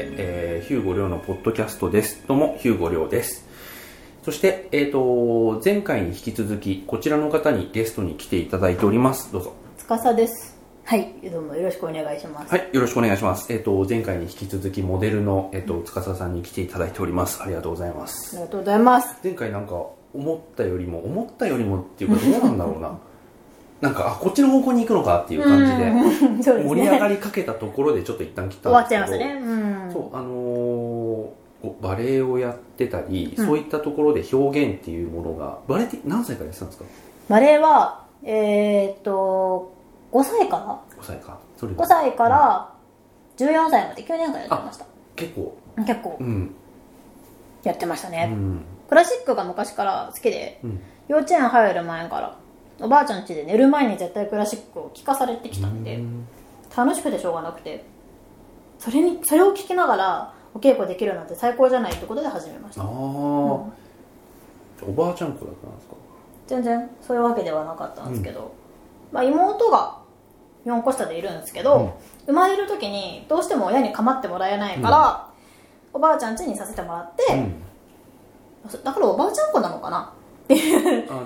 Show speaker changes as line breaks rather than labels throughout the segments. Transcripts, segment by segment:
ヒューゴ亮のポッドキャストです。どうも、ヒューゴ亮です。そして、えっ、と、前回に引き続き、こちらの方にゲストに来ていただいております。どうぞ。
司です。
はい。
どうもよろしくお願いします。
はい、よろしくお願いします。えっ、と、前回に引き続き、モデルの、えっ、と、司さんに来ていただいております。ありがとうございま
あり
す。
がとうございます。
前回なんか、思ったよりも、思ったよりもっていうか、どうなんだろうな。 なんか、あ、こっちの方向に行くのかっていう感じで。
うんそうです
盛り上
ね。
がりかけたところでちょっと一旦切った
終
ん
わ
で
っ
す
ち
け
ゃい
ど
ますね。うん。
そうあのーこうバレエをやってたり、
うん
そういったところで表現っていうものがバレエって何歳からやってたんですか
バレエは、えーっと、5歳か
5歳かそれ
な ?5 歳から14歳まで9年間やってました。
結構
結構
うん
やってました
う
ね、
ん
クラシックが昔から好きで、
うん
幼稚園入る前から、おばあちゃん家で寝る前に絶対クラシックを聴かされてきたんで、楽しくてしょうがなくて、それに、それを聴きながらお稽古できるなんて最高じゃないってことで始めまし
あ
た
あ。
うん
おばあちゃん子だったんですか
全然そういうわけではなかったんですけど、まあ、妹が4個下でいるんですけど、生まれる時にどうしても親に構ってもらえないから、おばあちゃん家にさせてもらって、
ん
そだからおばあちゃん子なのかな
あ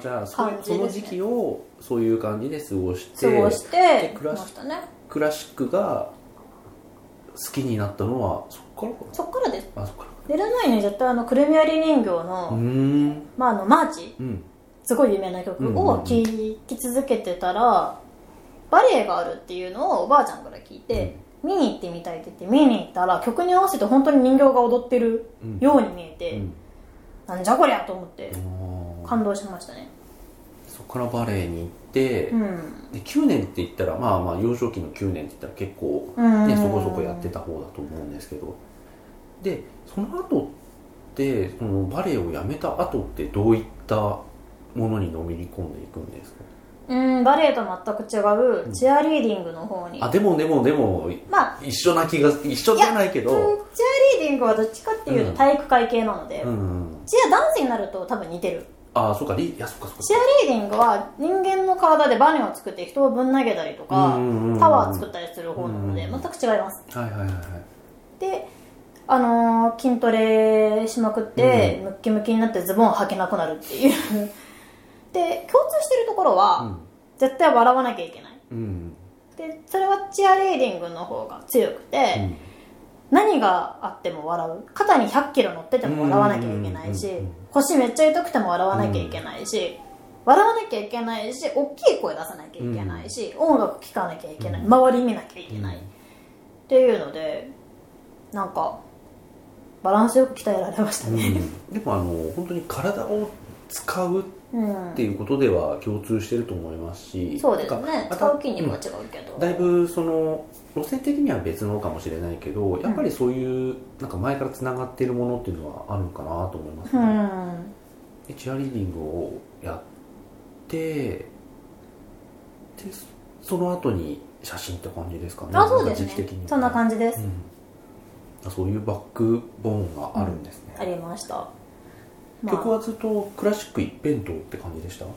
じゃあそ,、
感じ
そ
ですね
の時期をそういう感じで過ごして
過ごして
クラ
ま
シ
したね
クラシックが好きになったのはそっからか
そっからです
なあそっから
寝る前に絶対あのくるみ割り人形の,、
うーん
まあ、あのマーチ
うん
すごい有名な曲を聴き続けてたら、バレエがあるっていうのをおばあちゃんから聞いて、見に行ってみたいって言って見に行ったら曲に合わせて本当に人形が踊ってる
うん
ように見えて、
うん
なんじゃこりゃと思って
あー
感動しましたね
そこからバレエに行って、
うん
で9年って言ったらまあまあ幼少期の9年って言ったら結構、
うん
ね、そこそこやってた方だと思うんですけどでその後ってそのバレエをやめた後ってどういったものにのめり込んでいくんですか
うんバレエと全く違うチアリーディングの方に、
あでもでもでも
まあ
一緒な気が一緒じゃないけ
うん
ど
チアリーディングはどっちかっていう
うん
と体育会系なので、
うんうん
チアダンスになると多分似てる
ああそうかリいやそっかそっか
チアリーディングは人間の体でバネを作って人をぶん投げたりとか
うんうんうんうん
タワー作ったりする方なので
うんう
全
ん
く違います
はいはいはいはい
であのー筋トレしまくって、ムッキムキになってズボン履けなくなるっ ていうで共通してるところは、絶対笑わなきゃいけない
うんうん
でそれはチアリーディングの方が強くて、
うん
何があっても笑う肩に1 0 0キロ乗ってても笑わなきゃいけないし、
うんうんうんうん
腰めっちゃ痛くても笑わなきゃいけないし、笑わなきゃいけないし大きい声出さなきゃいけないし、音楽聴かなきゃいけない、
うん
周り見なきゃいけない、
うん
っていうのでなんかバランスよく鍛えられました
う
ね、
ん、でもあの本当に体を使う
うん
っていうことでは共通してると思いますし
そうです
なん
ね
か
使う筋肉は違うけど、
だいぶその路線的には別のかもしれないけどやっぱりそういうなんか前からつながっているものっていうのはあるのかなと思います
う
ね、
ん
でチアリーディングをやってでその後に写真って感じですかね
あそうです
時期的に
ね
は
そんな感じです、
うんあそういうバックボーンがあるんですね、
ありました、まあ
曲はずっとクラシック一辺倒って感じでした
う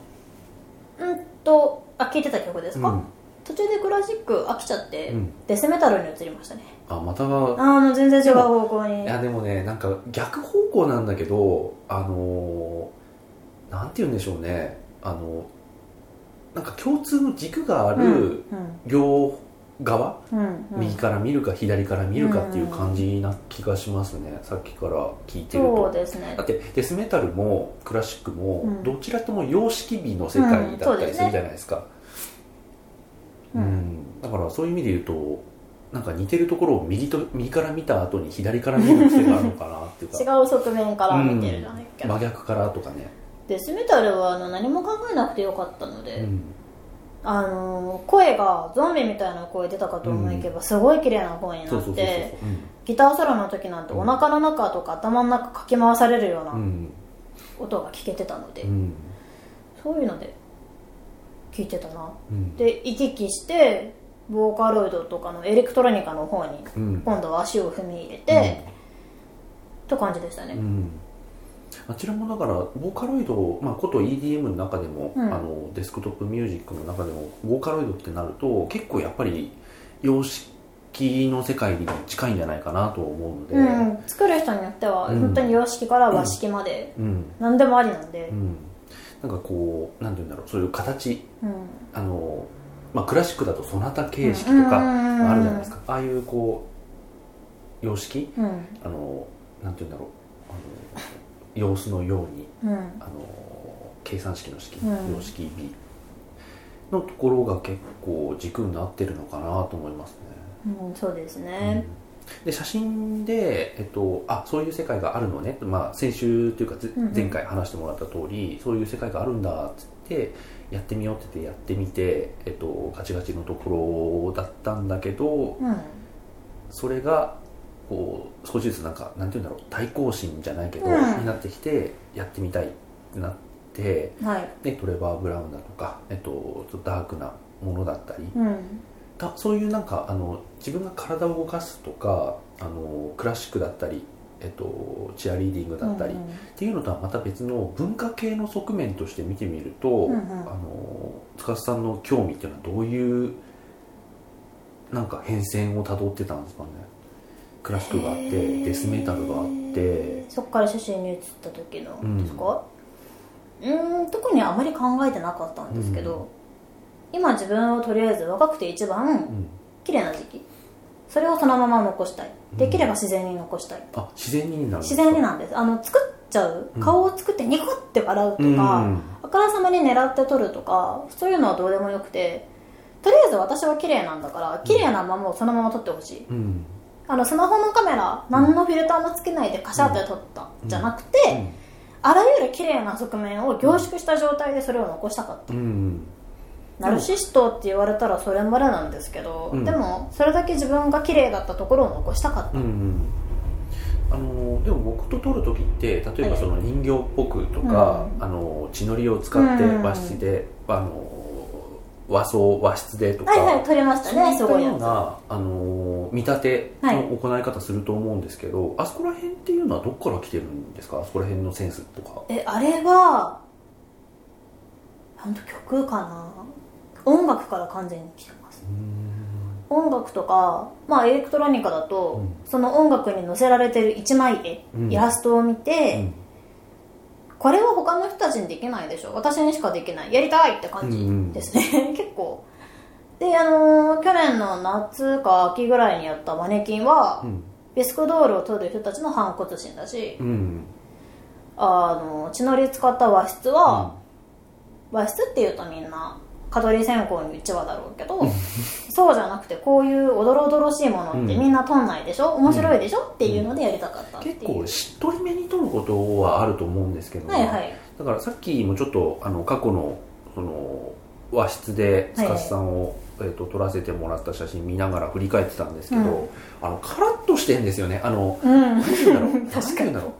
んとあ聴いてた曲ですか、
うん
途中でクラシック飽きちゃって、
うん
デスメタルに移りましたね
あまた
あーもう全然違う方向に
いやでもねなんか逆方向なんだけどあのーなんて言うんでしょうねあのなんか共通の軸があ
うん
る両側、
うんうんうん
右から見るか左から見るかっていう感じな気がしますね、さっきから聞いてる
そう
と。
ですね
だってデスメタルもクラシック
う
も
ん
どちらとも様式美の世界だったりするじゃないですか、
う
うんんだからそういう意味で言うとなんか似てるところを右と右から見た後に左から見る癖があるのかなっていうか
違う側面から見てるじゃないけど、
真逆からとかね、
デスメタルはあの何も考えなくてよかったので、
うん
あのー声がゾンビみたいな声出たかと思いけば、すごい綺麗な声に
そ
な
うそ
っ
うそうそう
てギターソロの時なんてお腹の中とか頭の中かき回されるよう
う
なん音が聞けてたので、
うん
そういうので聞いてたな
うん
で行き来してボーカロイドとかのエレクトロニカの方に
うん
今度は足を踏み入れて、と感じでしたね、
うんあちらもだからボーカロイド、まあ、こと EDM の中でも、
うん
あのデスクトップミュージックの中でもボーカロイドってなると結構やっぱり様式器の世界に近いんじゃないかなと思うので、
うん、作る人によっては、
うん
本当に様式から和式まで、
うん
何でもありなんで
う、んなんかこうなんて言うんだろうそういう形
うん、
あの、まあ、クラシックだとそなた形式とか
か
あるじゃないですか、ああいうこう様式
うん
あのなんて言うんだろうあの様子のように
うん
あの計算式の式、
うん
様式 B のところが結構軸になってるのかなと思いますね。
うん、そうです
うん
ね、
で写真で、えっと、あそういう世界があるのね、まあ、先週というかぜ
うんうん
前回話してもらった通り、そういう世界があるんだっつってやってみようって言ってやってみて、えっと、ガチガチのところだったんだけど
うん
それがこう少しずつなんかなんて言うんだろう対抗心じゃないけど、
うん
になってきてやってみたいってなって
はい、
でトレバー・ブラウンだとか、えっと、ちょっとダークなものだったり、
うん、
たそういうなんかあの自分が体を動かすとかあのクラシックだったり、えっと、チアリーディングだったり、
うん
っ
うん
ていうのとはまた別の文化系の側面として見てみると、
んうん
あの司さんの興味っていうのはどういうなんか変遷をたどってたんですかねクラシックがあっ
へ
て
ー
デスメタルがあって
そっから写真に写った時の
うん
ですかうーん特にあまり考えてなかったんですけど、今自分をとりあえず若くて一
う
番
ん
綺麗な時期それをそのまま残したいできれば自然に残したい、
あ自然になるんです
自
か
然になんですあの作っちゃう
うん
顔を作ってニコって笑うとか、
うん
あからさまに狙って撮るとかそういうのはどうでもよくてとりあえず私は綺麗なんだから綺麗なままをそのまま撮ってほしい、
うん
あのスマホのカメラ何のフィルターもつけないでカシャって撮った、
うん
じゃなくて、あらゆる綺麗な側面を凝縮した状態でそれを残したかった、
うんうん
ナルシストって言われたらそれまでなんですけど、
うん
でもそれだけ自分が綺麗だったところを残したかった、
うんうんあのでも僕と撮る時って例えばその人形っぽくとか、
う
あの血のりを使って
うん
和室で、あの和装和室でとか、
はいはい撮れました
そうい
ね
っ
すご
た
い
よう
や
なあの見立ての行い方すると思うんですけど、あそこら辺っていうのはどこから来てるんですかあそこら辺のセンスとか
つえあれは本当曲かな音楽から完全に来てます
うん
音楽とか、まあ、エレクトロニカだと、
う
その音楽に載せられてる一枚絵、
うん
イラストを見て、これは他の人たちにできないでしょ私にしかできないやりたいって感じですね、 結構であのー去年の夏か秋ぐらいにやったマネキンは、
うん
ビスクドールを取る人たちの反骨心だし、
うん
あの血のり使った和室は、和室っていうとみんな蚊取り線香にうちわだろうけどそうじゃなくてこういうおどろおどろしいものって
うん
みんな撮んないでしょ、面白いでしょっていうのでやりたかったっていう、
結構しっとりめに撮ることはあると思うんですけど、
はいはい
だからさっきもちょっとあの過去のその和室でスカスさんを、えー、と撮らせてもらった写真見ながら振り返ってたんですけど、
うん
あのカラッとしてんですよねあの
うん
何て言うんだろう
確
何て言うん
かに
だろう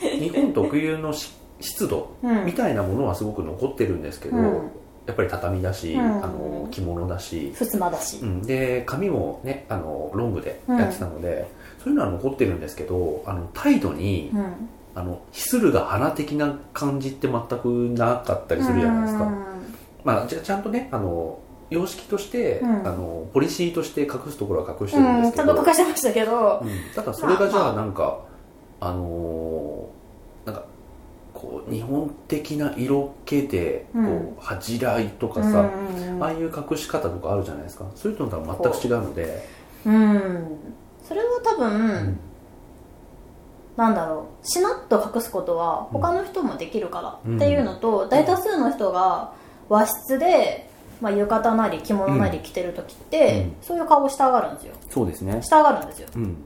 日本特有のし湿度
うん
みたいなものはすごく残ってるんですけど、
うん
やっぱり畳だし、
うん
あの着物だし、
ふすまだし
う、ん、で髪もねあのロングでやってたので、そういうのは残ってるんですけどあの態度に、
うん
あのヒスルが花的な感じって全くなかったりするじゃないですか、まあ、じゃちゃんとねあの様式として、
うん
あのポリシーとして隠すところは隠して
う
るん
ん、
で
う
す
ん、ち
け
ゃん
ど、
と
うん
かしましたけど、
ただそれがじ
ま
ゃ
あ
あなんか、あのーなんかこう日本的な色気でこう、
うん
恥じらいとか
うん
さ、ああいう隠し方とかあるじゃないですかそういうのとは全く違うので、
うん、それは多分、
うん
なんだろうしなっと隠すことは
うん
他の人もできるから、
うん
っていうのと大多数の人が和室で、まあ、浴衣なり着物なり着てる時って、
うん
そういう顔したがるんですよ
そうですね
したがるんですよ
うん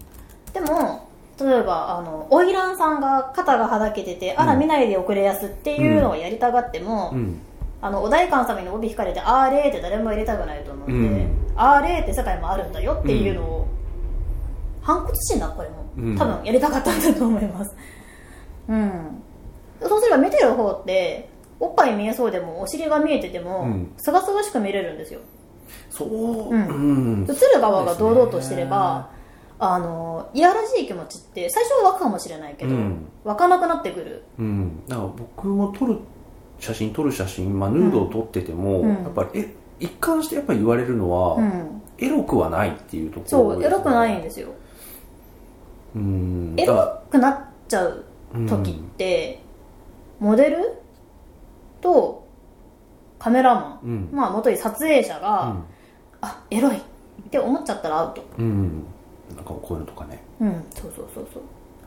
でも例えばあの花魁さんが肩がはだけてて、あら
うん
見ないで遅れやすっていうのをやりたがっても、
うん
あのお代官様に帯引かれて「あれ」って誰も入れたくないと思うんで
うん
「あれ」って世界もあるんだよっていうのを、反骨心だこれも、
うん
多分やりたかったんだと思いますうんそうすれば見てる方っておっぱい見えそうでもお尻が見えてても
うん
すがすがしく見れるんですよ
そう
う
う
ん
ん
映る側が堂々としてれば、あのいやらしい気持ちって最初は湧くかもしれないけど、
うん
湧かなくなってくる
うん、だから僕も撮る写真撮る写真、まあ、ヌードを撮ってても、
うん
やっぱりえ一貫してやっぱり言われるのは、
うん
エロくはないっていうところ
そうエロくないん
で
ですよ
すねうん
エ
だから
ロくなっちゃう時って、モデルとカメラマ
うんうん
ン、まあ元に撮影者が、あエロいって思っちゃったらアウト
うんなんかこういうのとかね
うんそうそうそうそう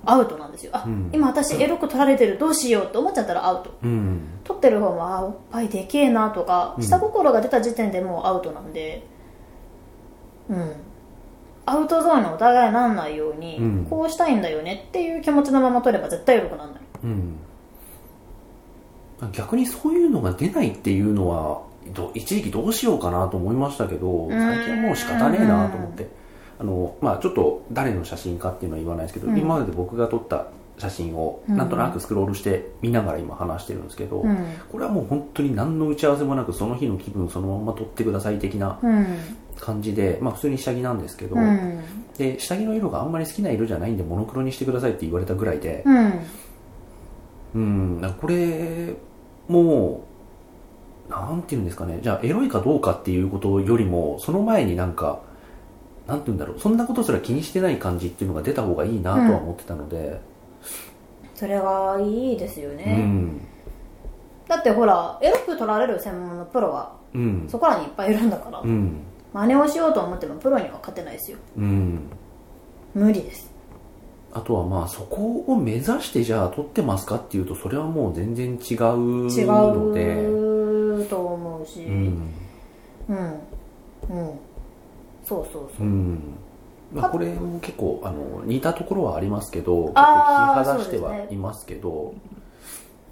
アウトなんですよあ、
うん
今私エロく撮られてるどうしようって思っちゃったらアウト
うん
撮ってる方もあおっぱいでけえなとか
うん
下心が出た時点でもうアウトなんでうんアウトゾーンのお互いなんないように、
うん
こうしたいんだよねっていう気持ちのまま撮れば絶対エロくなんない
うん逆にそういうのが出ないっていうのはど一時期どうしようかなと思いましたけど
ん
最近はもう仕方ねえなと思ってあの、まあ、ちょっと誰の写真かっていうのは言わないですけど、
うん
今まで僕が撮った写真を
うん
なんとなくスクロールして見ながら今話してるんですけど、
うん
これはもう本当に何の打ち合わせもなくその日の気分そのまま撮ってください的な
うん
感じで、まあ、普通に下着なんですけど、
うん
で下着の色があんまり好きな色じゃないんでモノクロにしてくださいって言われたぐらいで、
うん
うん、なんかこれもうなんていうんですかねじゃあエロいかどうかっていうことよりもその前になんかなんて言うんだろうそんなことすら気にしてない感じっていうのが出た方がいいなとは思ってたので、
それはいいですよ
う
ね、
ん
だってほらエロく撮られる専門のプロは
うん
そこらにいっぱいいるんだから、
うん
真似をしようと思ってもプロには勝てないですよ
うん
無理です
あとはまあそこを目指してじゃあ撮ってますかっていうとそれはもう全然違う
違
ので
うと思うしう
うんん
うん、そうそうそうう、
んまあ、これも結構あの似たところはありますけど結構引
あー
き離して
そうです
は
ね
いますけど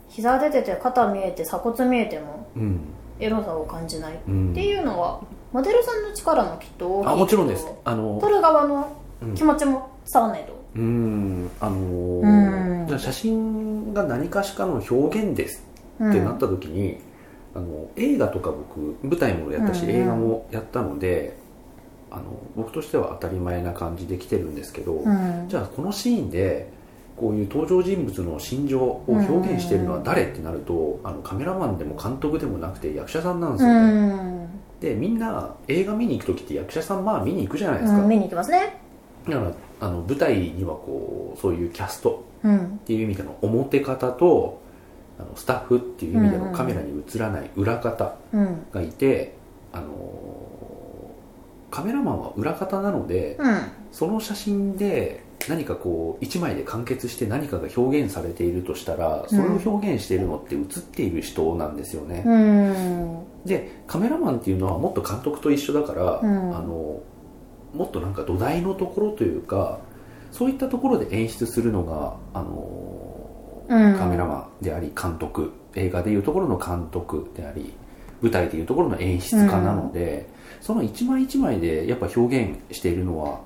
膝出てて肩見えて鎖骨見えても
うん
エロさを感じないっ
うん
ていうのはモデルさんの力もきっと大きいけど
あもちろんですあの
撮る側の
うん
気持ちも伝わんないと、
うんあの
うん
ーじゃあ写真が何かしかの表現です
うん
ってなった時に、あの映画とか僕舞台もやったし、
うんうん
映画もやったのであの僕としては当たり前な感じで来てるんですけど、
うん
じゃあこのシーンでこういう登場人物の心情を表現してるのは誰ってなるとあのカメラマンでも監督でもなくて役者さんなんです
う
よね、
ん、
でみんな映画見に行く時って役者さんまあ見に行くじゃないですか、
うん、見に行きますね
だからあの舞台にはこうそういうキャスト
うん
っていう意味での表方とあのスタッフっていう意味で
うんう
の
ん
カメラに映らない裏方
うん
がいて、あのーカメラマンは裏方なので
うん
その写真で何かこう一枚で完結して何かが表現されているとしたらそれを表現しているのって映っている人なんですよね、
うん
でカメラマンっていうのはもっと監督と一緒だから、
うん
あのもっとなんか土台のところというかそういったところで演出するのがあの、
うん
カメラマンであり監督映画でいうところの監督であり舞台でいうところの演出家なので、その一枚一枚でやっぱ表現しているのは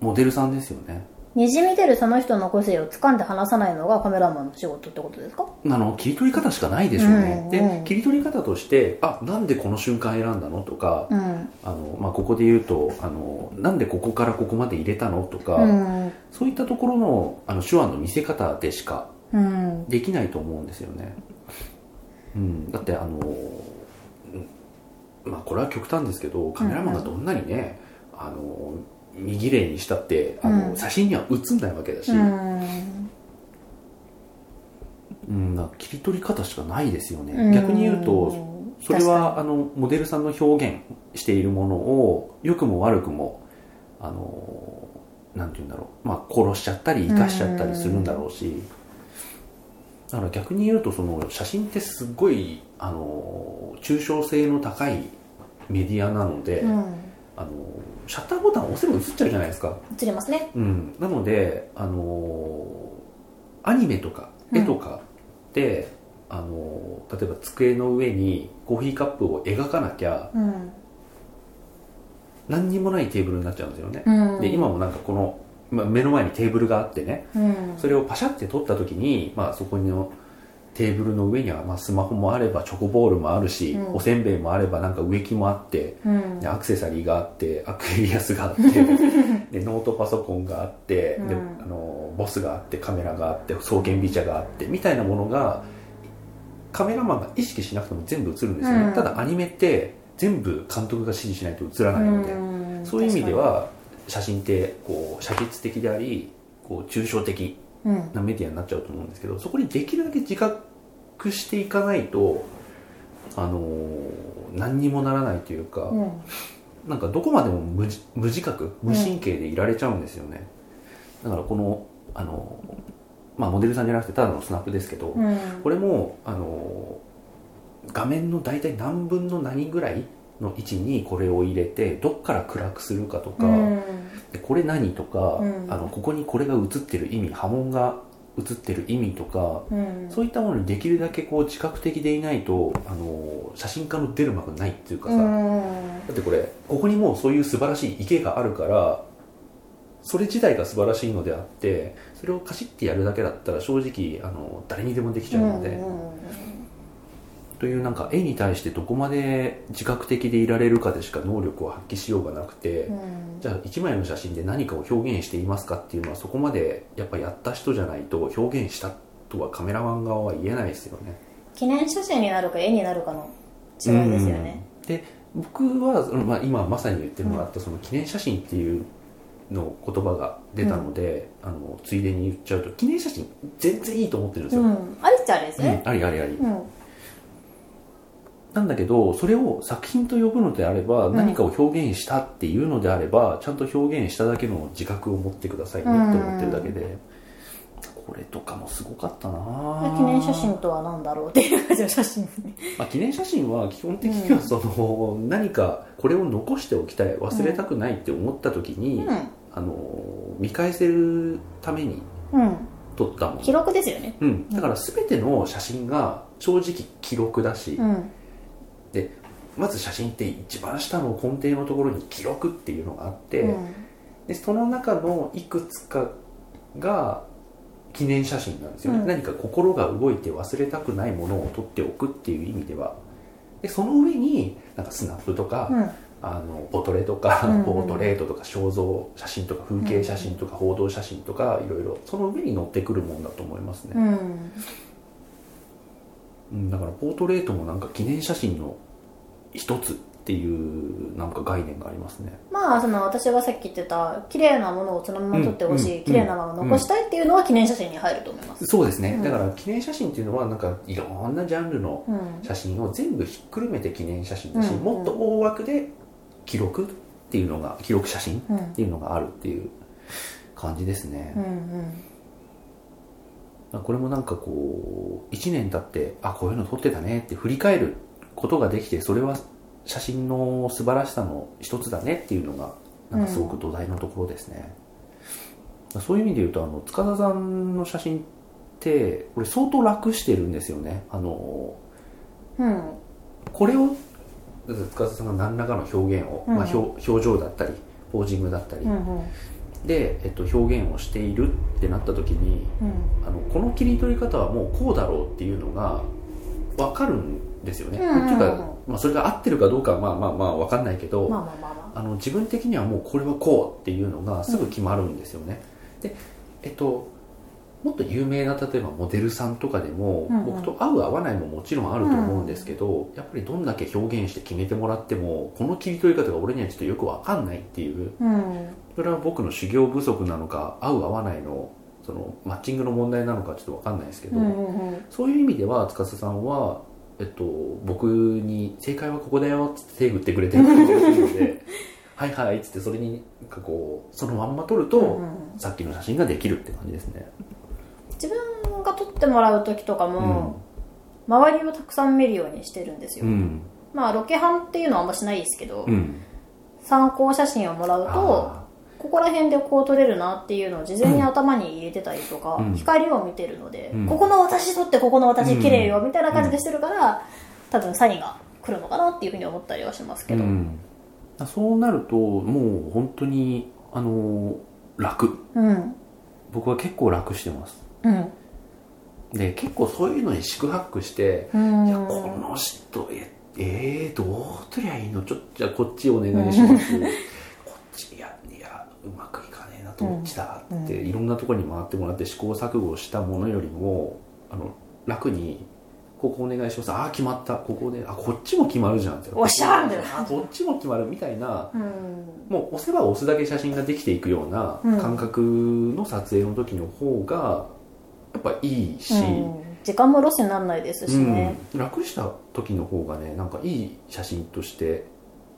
モデルさんですよね
にじみ出るその人の個性を掴んで離さないのがカメラマンの仕事ってことですか
あの切り取り方しかないでしょうね、
うんうん
で切り取り方としてあなんでこの瞬間選んだのとか、
うん
あのまあ、ここで言うとあのなんでここからここまで入れたのとか、
うん
そういったところのあの手腕の見せ方でしか
うん
できないと思うんですよね、うん、だってあの、うんまあ、これは極端ですけどカメラマンがどんなにね、あの右霊にしたってあの、
うん
写真には写んないわけだし、
う
うん
ん
なんか切り取り方しかないですよね、
うん
逆に言うとそれ
確か
はあのモデルさんの表現しているものを良くも悪くもあのなんて言うんだろう、まあ、殺しちゃったり生かしちゃったりするんだろうし、だから逆に言うとその写真ってすっごいあの抽象性の高いメディアなので、
にうん
あのシャッターボタンを押せば映っちゃうじゃないですか、
映りますね
うん、なのであのアニメとか絵とかって、あの例えば机の上にコーヒーカップを描かなきゃ
うん
何にもないテーブルになっちゃうんですよね、
うん
で今もなんかこの、まあ、目の前にテーブルがあってね
うん
それをパシャって取った時に、まあ、そこのテーブルの上には、まあ、スマホもあればチョコボールもあるし、
うん
おせんべいもあればなんか植木もあって
うん
でアクセサリーがあってアクエリアスが あってでノートパソコンがあって、で
うん
あのボスがあってカメラがあって双剣美茶があってみたいなものがカメラマンが意識しなくても全部映るんですよね、
うん
ただアニメって全部監督が指示しないと映らないので、
うん
そういう意味では写真ってこう写実的でありこう抽象的
確かにうん
なメディアになっちゃうと思うんですけどそこにできるだけ自覚していかないと、あのー何にもならないというか、
うん
なんかどこまでも無自無自覚無神経でいられちゃうんですよね、だからこの、あのーまあ、モデルさんじゃなくてただのスナップですけど、
うん
これも、あのー画面の大体何分の何ぐらいの位置にこれを入れてどっから暗くするかとか、
うん
でこれ何とか、
うん
あのここにこれが映ってる意味波紋が映ってる意味とか
うん
そういったものにできるだけこう自覚的でいないと、あのー写真家の出る幕ないっていうかさ、だ
うん
ってこれここにもうそういう素晴らしい池があるからそれ自体が素晴らしいのであってそれをカシッてやるだけだったら正直、あの誰にでもできちゃうので。
うん
というなんか絵に対してどこまで自覚的でいられるかでしか能力を発揮しようがなくて、
うん
じゃあ1枚の写真で何かを表現していますかっていうのはそこまでやっぱやった人じゃないと表現したとはカメラマン側は言えないですよね。
記念写真になるか絵になるかの違いですよね
うんで僕は、そのまあ、今まさに言ってもらったその記念写真っていうの言葉が出たので、あのついでに言っちゃうと記念写真全然いいと思ってるんです
う
よ。
んありっちゃありです
うん
ね
ありありあり。
うん
なんだけどそれを作品と呼ぶのであれば、
ん
何かを表現したっていうのであればちゃんと表現しただけの自覚を持ってくださいねって思ってるだけで、これとかもすごかったな
記念写真、とは何だろうっていう感じの写真
まあ、記念写真は基本的にはその、何かこれを残しておきたい忘れたくないって思った時に、
う
あの見返せるために
んうん
撮ったもの
記録ですよね
うん、だから全ての写真が正直記録だし、
うん
まず写真って一番下の根底のところに記録っていうのがあって、
うん
でその中のいくつかが記念写真なんですよね、
うん
何か心が動いて忘れたくないものを撮っておくっていう意味ではでその上になんかスナップとか、
うん
あのボトレとか、
うんうん
ポートレートとか肖像写真とか風景写真とか報道写真とかいろいろその上に載ってくるもんだと思いますね、
うん
うん、だからポートレートもなんか記念写真の一つっていうなんか概念がありますね
まあその私がさっき言ってた綺麗なものをそのまま撮ってほし
うん
い綺麗なまま残したいっていうのは記念写真に入ると思います
そうですね、
うん
だから記念写真っていうのはなんかいろんなジャンルの
うん
写真を全部ひっくるめて記念写真だし、
うんうん
もっと大枠で記録っていうのが記録写真っ
うん
ていうのがあるっていう感じですね、
うんうん
これもなんかこう1年経ってあこういうの撮ってたねって振り返ることができてそれは写真の素晴らしさの一つだねっていうのがなんかすごく土台のところですね、そういう意味で言うとあの塚田さんの写真ってこれ相当楽してるんですよねあの
うん
これをだって塚田さんが何らかの表現を、
うん
まあ、表表情だったりポージングだったり、
うんうん
で、えっと、表現をしているってなった時に
うん
あのこの切り取り方はもうこうだろうっていうのが分かるんですよね。
うんうんう
っ
ん
ていうか、まあ、それが合ってるかどうかはまあまあまあ分かんないけど、
まあまあまあま
あの自分的にはもうこれはこうっていうのがすぐ決まるんですよね。でえっともっと有名な例えばモデルさんとかでも、
うんうん
僕と合う合わないももちろんあると思うんですけど、やっぱりどんだけ表現して決めてもらってもこの切り取り方が俺にはちょっとよく分かんないっていう
あうん
それは僕の修行不足なのか合う合わないのそのマッチングの問題なのかちょっと分かんないですけど、
うんうんうん
そういう意味では司さんは、えっと、僕に「正解はここだよ」っつって手振ってくれてる感じがするの で「はいはい」っつってそれになんかこうそのまんま撮ると、
うんうん
さっきの写真ができるって感じですね。
自分が撮ってもらう時とか
うん
も周りをたくさん見るようにしてるんです
う
よ
ん
まあロケハンっていうのはあんましないですけど
うん
参考写真をもらうと
あ
ここら辺でこう撮れるなっていうのを事前に頭に入れてたりとか、
うん
光を見てるので、
うん
ここの私撮ってここの私綺麗よ
うん
みたいな感じでしてるから、多分サニーが来るのかなっていうふうに思ったりはします
ー
けど、
う
うん
んそうなるともう本当にあの楽
うん
僕は結構楽してます
うん
で結構そういうのに四苦八苦して
うん
いやこの人ええー、どう取りゃいいのちょっとじゃあこっちお願いします こっちいやいやうまくいかねえなどっちだ
うん
って、いろんなところに回ってもらって試行錯誤したものよりもあの楽にここお願いしますああ決まったここであこっちも決まるじゃんって
おっしゃー
ここもあこっちも決まるみたいな
うん
もう押せば押すだけ写真ができていくような
うん
感覚の撮影の時の方がやっぱいいし、
うん時間もロスにならないですしね、
うん、楽した時の方がねなんかいい写真として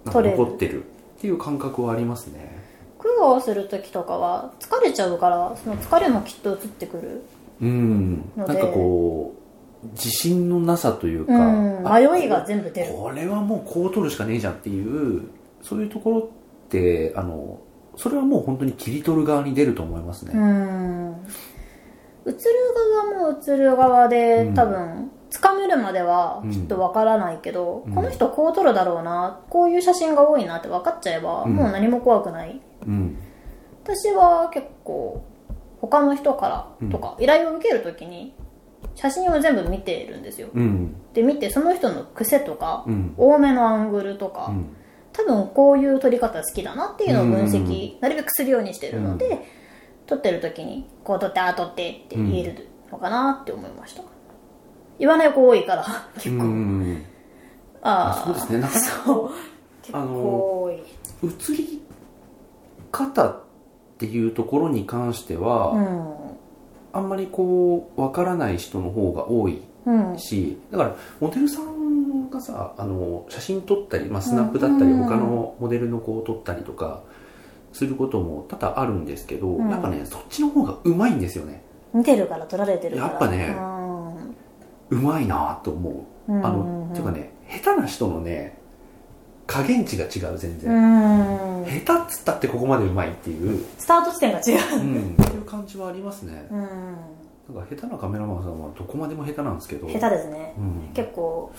なん
撮
か
れる
残ってるっていう感覚はありますね
苦労する時とかは疲れちゃうからその疲れもきっと映ってくる、
うん
の
なん
で
かこう自信のなさというか、
うん、
あ
迷いが全部出る
これはもうこう撮るしかねえじゃんっていうそういうところってあのそれはもう本当に切り取る側に出ると思います
う
ね、
ん映る側も映る側で、
うん
多分掴めるまではきっとわからないけど、
うん
この人こう撮るだろうなこういう写真が多いなって分かっちゃえば、
うん
もう何も怖くない
うん
私は結構他の人からとか依頼を受けるときに写真を全部見ているんですよ
うん
で見てその人の癖とか
うん
多めのアングルとか、
うん
多分こういう撮り方好きだなっていうのを分析、なるべくするようにしてるので、撮ってる時にこう撮ってああ撮ってって言えるのかなって思いました、言わない子多いから 結構、
うん
あ
あそ
あ
うですねなんか
そう結構多い、
映り方っていうところに関しては、あんまりこうわからない人の方が多い
うんうん
しだからモデルさんがさあの写真撮ったり、まあ、スナップだったり、
うん
他のモデルの子を撮ったりとかすることも多々あるんですけど、
うん
やっぱねそっちの方がうまいんですよね
見てるから撮られてるから
やっぱね
うん
うまいなと思
う
う、
ん
あのっていうかね下手な人のね加減値が違う全
う
然、
ん
下手っつったってここまでうまいっていう、
スタート地点が違う
うん、っていう感じはありますね
うん
なんか下手なカメラマンさんはどこまでも下手なんですけど
下手ですね
うん
結構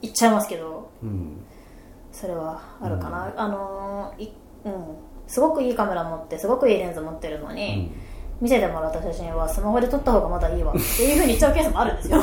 いっちゃいますけど
うん
それはあるかな、あのーいうんすごくいいカメラ持ってすごくいいレンズ持ってるの
う
に、
ん
見せてもらった写真はスマホで撮った方がまだいいわっていうふうに言っちゃうケースもあるんですよ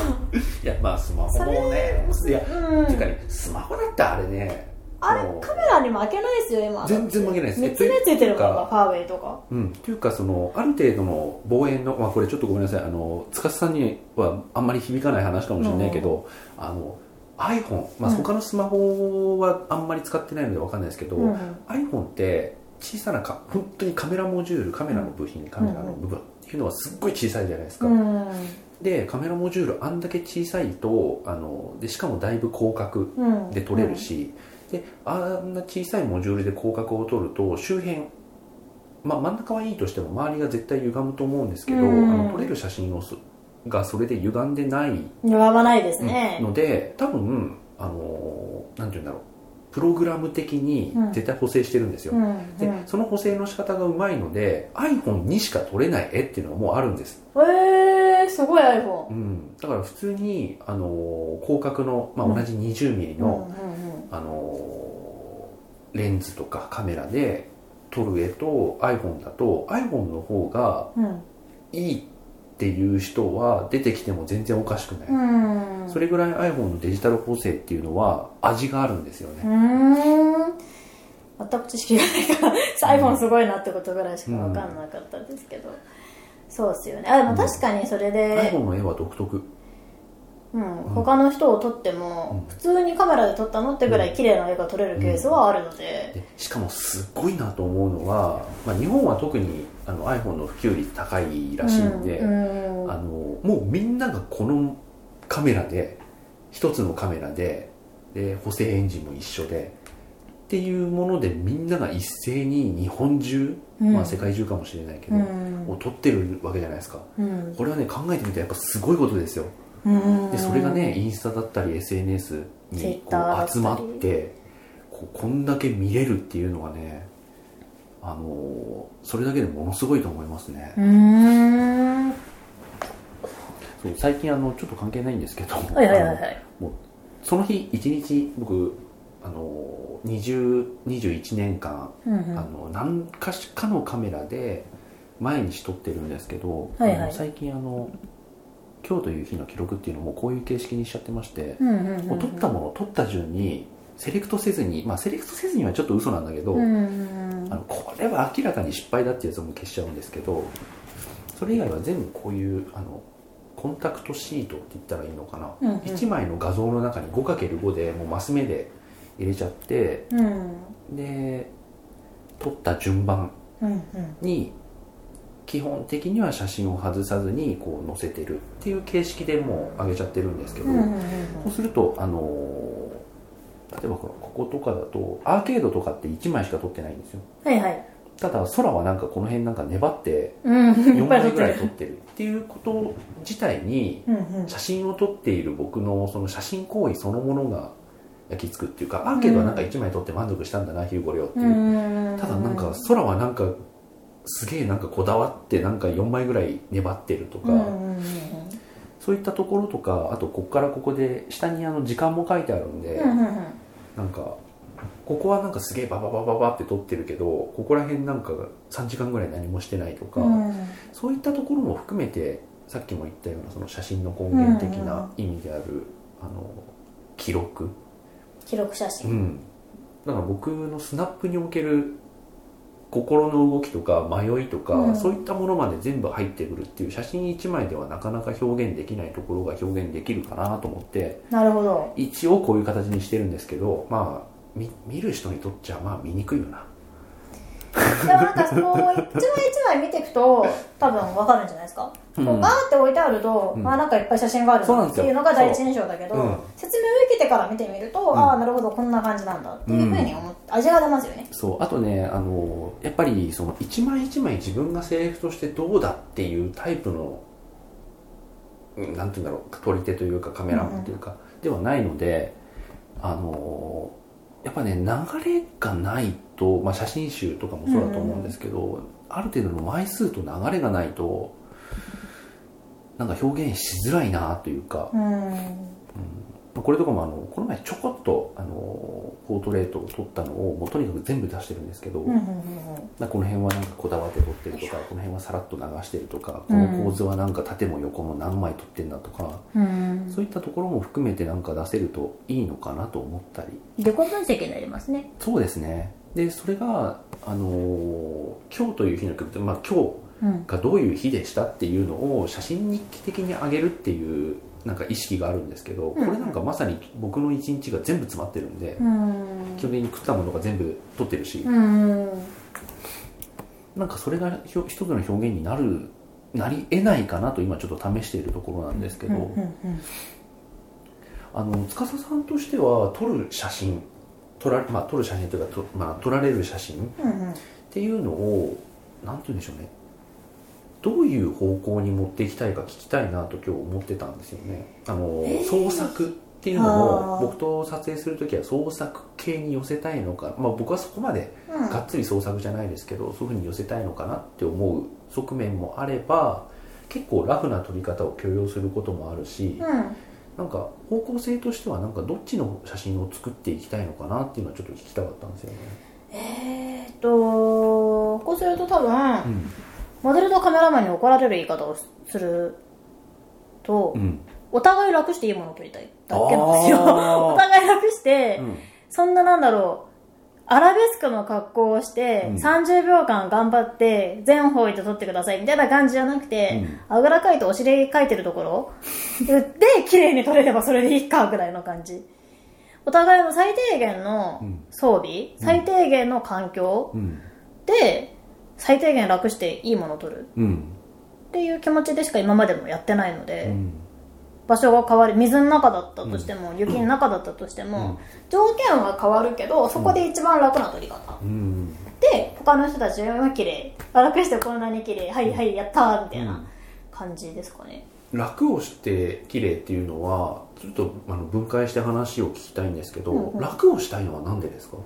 いやまあスマホもねいや
うん
ていうかねスマホだってあれね
あれ
もう
カメラに負けないですよ今
全然負けないです
3つ目ついてるか
とい
ら
う
ファーウェイとか
うんというかそのある程度の望遠の、まあ、これちょっとごめんなさいあの司さんにはあんまり響かない話かもしれないけど、あの iPhone、まあ、
うん
他のスマホはあんまり使ってないのでわかんないですけど、
うんうん
iPhone って小さなか本当にカメラモジュールカメラの部品カメラの部分っていうのはすっごい小さいじゃないですか、でカメラモジュールあんだけ小さいとあのでしかもだいぶ広角
うんうん
で撮れるし、であんな小さいモジュールで広角を撮ると周辺、まあ、真ん中はいいとしても周りが絶対歪むと思うんですけど、
うん
あの撮れる写真をすがそれで歪んでない
歪まないですね、
ので多分あのなんて言うんだろうプログラム的に
うん
絶対補正してるんですよ、
うんうん
でその補正の仕方がうまいので iPhone にしか撮れない絵っていうのはもうあるんです、
えー、すごい iPhone
うん、だから普通に、あの広角の、まあ、同じ 20mm の、
うん
あのーレンズとかカメラで撮る絵と iPhone だと iPhone の方が
うんうん
いいっていう人は出てきても全然おかしくない、
うんうん
それぐらい iPhone のデジタル補正っていうのは味があるんですよ
う
ね、
ーん全く知識がないから iPhone すごいなってことぐらいしか分かんなかったですけど、そうっすよねあでも確かにそれで、
iPhone の絵は独特
うん他の人を撮っても、普通にカメラで撮ったのってぐらい綺麗な絵が撮れるケースはあるので、
でしかもすっごいなと思うのは、まあ、日本は特にあの iPhone の普及率高いらしいんで、
うんうん
あのもうみんながこのカメラで一つのカメラでで補正エンジンも一緒でっていうものでみんなが一斉に日本中、
うん
まあ、世界中かもしれないけど、
うん
を撮ってるわけじゃないですか
うん
これはね考えてみたらやっぱすごいことですよ
うん
でそれがねインスタだったり SNS に
Twitter だ
こ
ったり
う集まってこうこんだけ見れるっていうのがねあのそれだけでものすごいと思いますね、
うーん
そう最近あのちょっと関係ないんですけど、
はいはいはいはい
その日一日僕あの20 21年間、
うんう
あ
ん
の何かしかのカメラで毎日撮ってるんですけど、
はいはい
あの最近あの今日という日の記録っていうのもこういう形式にしちゃってまして、
うんうんうん
もう撮ったものを撮った順にセレクトせずにまあセレクトせずにはちょっと嘘なんだけど、
うんうん
あのこれは明らかに失敗だっていうやつも消しちゃうんですけどそれ以外は全部こういうあのコンタクトシートって言ったらいいのかな、
うんうん
1枚の画像の中に 5×5 でもうマス目で入れちゃって
うんうん
で撮った順番
うん
に基本的には写真を外さずにこう載せてるっていう形式でもう上げちゃってるんですけど、
うんうんうん
そうすると、あのー例えばこのこことかだとアーケードとかって1枚しか撮ってないんですよ
はいはい
ただ空はなんかこの辺なんか粘って
うんい
4
っぱい
枚
撮っ
ぐ
て
らい
る
撮ってるっていうこと自体に
うんうん
写真を撮っている僕のその写真行為そのものが焼き付くっていうかアーケードはなんか1枚撮って満足したんだなヒューゴリョって
う
いう、
ん
ただなんか空はなんかすげえなんかこだわってなんか4枚ぐらい粘ってるとか、
うんうんうんうん
そういったところとかあとこっからここで下にあの時間も書いてあるんで、
うんうんうん
なんかここはなんかすげえバババババって撮ってるけどここら辺なんか3時間ぐらい何もしてないとか、
うん
そういったところも含めてさっきも言ったようなその写真の根源的な意味である、あの記録、
記録写
う
真
ん、だから僕のスナップにおける心の動きとか迷いとか、
うん
そういったものまで全部入ってくるっていう写真1枚ではなかなか表現できないところが表現できるかなと思って
なる ほど
一応こういう形にしてるんですけどまあ見見る人にとっちゃまあ見にくいよな
でもなんかこう一枚一枚見ていくと多分わかるんじゃないですか
うん
こうバーって置いてあると、
うん
まあなんかいっぱい写真がある
そうな
なんっ
です
て
よ
いうのが第一印象だけど、
そううん
説明を受けてから見てみると、
ん
ああなるほどこんな感じなんだっていうふうに思って、味が出ますよね
そうあとねあのやっぱりその一枚一枚自分がセリフとしてどうだっていうタイプのうんなんて言うんだろう撮り手というかカメラマンというか、ではないのであのやっぱね流れがないと、まあ、写真集とかもそうだと思うんですけど、ある程度の枚数と流れがないとなんか表現しづらいなというか、
うん
これとかもあのこの前ちょこっとあのポートレートを撮ったのをもうとにかく全部出してるんですけど、
うんうんう
なん
んうん
かこの辺はなんかこだわって撮ってるとかこの辺はさらっと流してるとかこの構図はなんか縦も横も何枚撮ってんだとか、
うん
そういったところも含めてなんか出せるといいのかなと思ったり
自己分析になりますね
そうですねでそれがあの今日という日の曲で、まあ、今日
うん
がどういう日でしたっていうのを写真日記的に上げるっていうなんか意識があるんですけど、
うん
これなんかまさに僕の一日が全部詰まってるんで、
うん
基本的に食ったものが全部取ってるし、
うん
なんかそれがひょ一つの表現になるなり得ないかなと今ちょっと試しているところなんですけど、あの司さんとしては撮る写真撮ら,、まあ、撮る写真というか撮,、まあ、撮られる写真っ
うんうん
ていうのをなんて言うんでしょうねどういう方向に持っていきたいか聞きたいなと今日思ってたんですよねあの、
えー
創作っていうの
あ
も
ー
僕と撮影する時は創作系に寄せたいのか、まあ、僕はそこまで
うん
がっつり創作じゃないですけどそういうふうに寄せたいのかなって思う側面もあれば結構ラフな撮り方を許容することもあるし
うん
なんか方向性としてはなんかどっちの写真を作っていきたいのかなっていうのはちょっと聞きたかったんですよね。
えーっとこうすると多分
うん
モデルとカメラマンに怒られる言い方をすると、
うん
お互い楽していいものを撮りたいだけなんです
あ
よ。
ー
お互い楽して、
うん
そんななんだろう、アラベスクの格好をして、
うん
30秒間頑張って、全方位で撮ってくださいみたいな感じじゃなくて、あぐらかいてお尻かいてるところで、綺麗に撮れればそれでいいかぐらいの感じ。お互いの最低限の
うん
装備、最低限の環境
うん
で、最低限楽していいものを撮る
うん
っていう気持ちでしか今までもやってないので、
うん
場所が変わる水の中だったとしても、雪の中だったとしても、条件は変わるけどそこで一番楽な撮り方、
うん
で他の人たちは綺麗楽してこんなに綺麗はいはいやったーみたい
うん
な感じですかね、
楽をして綺麗っていうのはちょっとあの分解して話を聞きたいんですけど、
うんうん
楽をしたいのは何でですか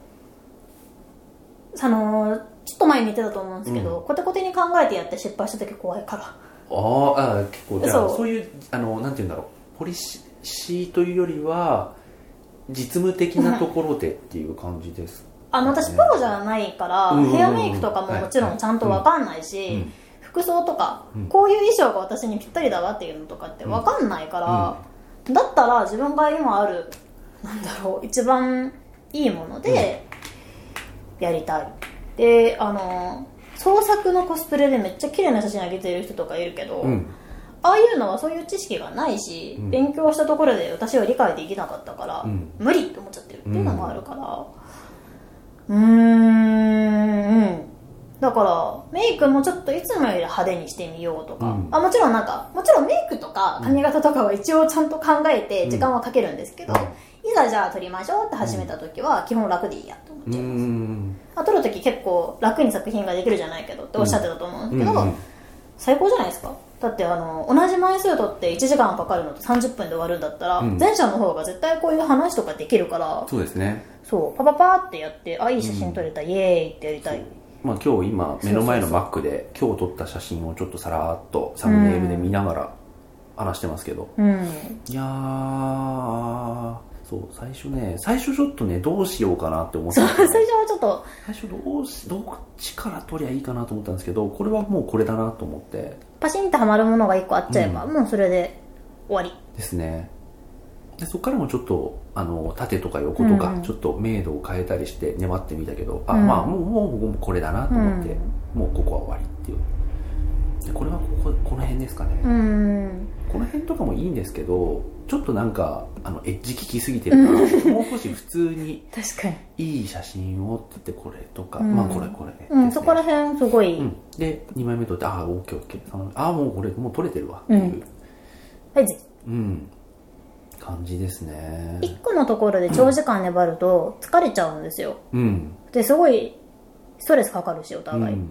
そのちょっと前に言ってたと思うんですけど、コテコテに考えてやって失敗した時怖いから
あーあー結構じゃあそ
そうう
いうあのなんて言うんだろうポリシーというよりは実務的なところでっていう感じです
あの私プロじゃないから、
うん
ヘアメイクとかももちろんちゃんと分かんないし、
うん
服装とか、
うん
こういう衣装が私にぴったりだわっていうのとかって分かんないから、だったら自分が今あるなんだろう一番いいものでやりたい、であの創作のコスプレでめっちゃ綺麗な写真あげてる人とかいるけど、
うん
ああいうのはそういう知識がないし、
うん
勉強したところで私は理解できなかったから、
うん
無理って思っちゃってるっていうのもあるからうーんうんだからメイクもちょっといつもより派手にしてみようとか、
うん
あもちろんなんかもちろんメイクとか髪型とかは一応ちゃんと考えて時間はかけるんですけど、
うん
いざじゃあ撮りましょうって始めた時は基本楽でいいやと思っ
う
ちゃいます、
ん
あ撮る時結構楽に作品ができるじゃないけどっておっしゃってたと思うんですけど、
うん
最高じゃないですかだってあの同じ枚数取って1時間かかるのと30分で終わるんだったら、
うん
前者の方が絶対こういう話とかできるから
そうですね
そうパパパーってやってあいい写真撮れた、イエーイってやりたい
まあ、今日今目の前のマックで今日撮った写真をちょっとさらーっとサムネイルで見ながら話してますけど、
うん
いやーそう最初ね最初ちょっとねどうしようかなって思ってたん
最
です
初
よ
はちょっと
最初どうしどっちから撮りゃいいかなと思ったんですけどこれはもうこれだなと思って
パシンってはまるものが1個あっちゃえば、
う
もうそれで終わ
ですねでそこからもちょっとあの縦とか横とか、
うん
ちょっと明度を変えたりして粘ってみたけど、あ
うん
まあもうもうもうこれだなと思って、もうここは終わりっていうでこれはこここの辺ですかね、
りうん
この辺とかもいいんですけどちょっとなんかあのエッジ効きすぎてるからもう少し普通に
確かに、
いい写真をって言ってこれとか、
うん
まあこれこれですね、
うん、そこら辺すごい、
うん、で2枚目撮ってああ OKOK ああもうこれもう撮れてるわって
う
い
ん
う、
はい次
うん、感じですね
1個のところで長時間粘ると疲れちゃうんですよ
うん、
ですごいストレスかかるしお
う
互
ん
い、っ